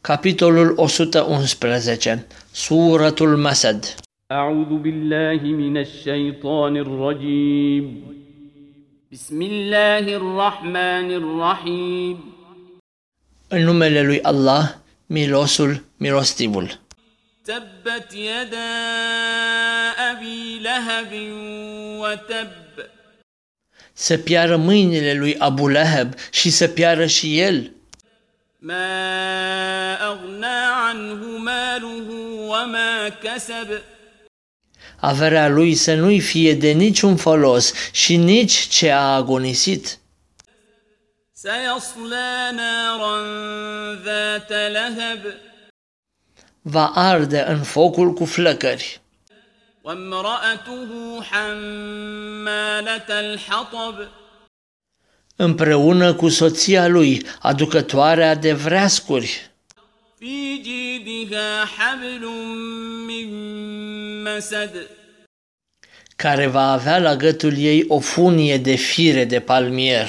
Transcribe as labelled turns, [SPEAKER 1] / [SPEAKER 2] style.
[SPEAKER 1] Capitolul 111 Suratul Masad
[SPEAKER 2] أعوذ بالله من الشيطان الرجيم بسم الله الرحمن الرحيم
[SPEAKER 1] În numele lui Allah, milosul, milostivul.
[SPEAKER 2] تبت يدا أبي لهب وتب
[SPEAKER 1] Să piară mâinile lui Abu Lahab și să piară și el.
[SPEAKER 2] ما أغنى عنه ماله وما كسب
[SPEAKER 1] Averea lui să nu-i fie de niciun folos și nici ce a agonisit.
[SPEAKER 2] سيصلى نارا ذات لهب
[SPEAKER 1] Va arde în focul cu flăcări.
[SPEAKER 2] وامرأته حمالة الحطب
[SPEAKER 1] Împreună cu soția lui, aducătoarea de vreascuri.
[SPEAKER 2] في جيدها حبل من مسد
[SPEAKER 1] care va avea la gâtul ei o funie de fire de palmier.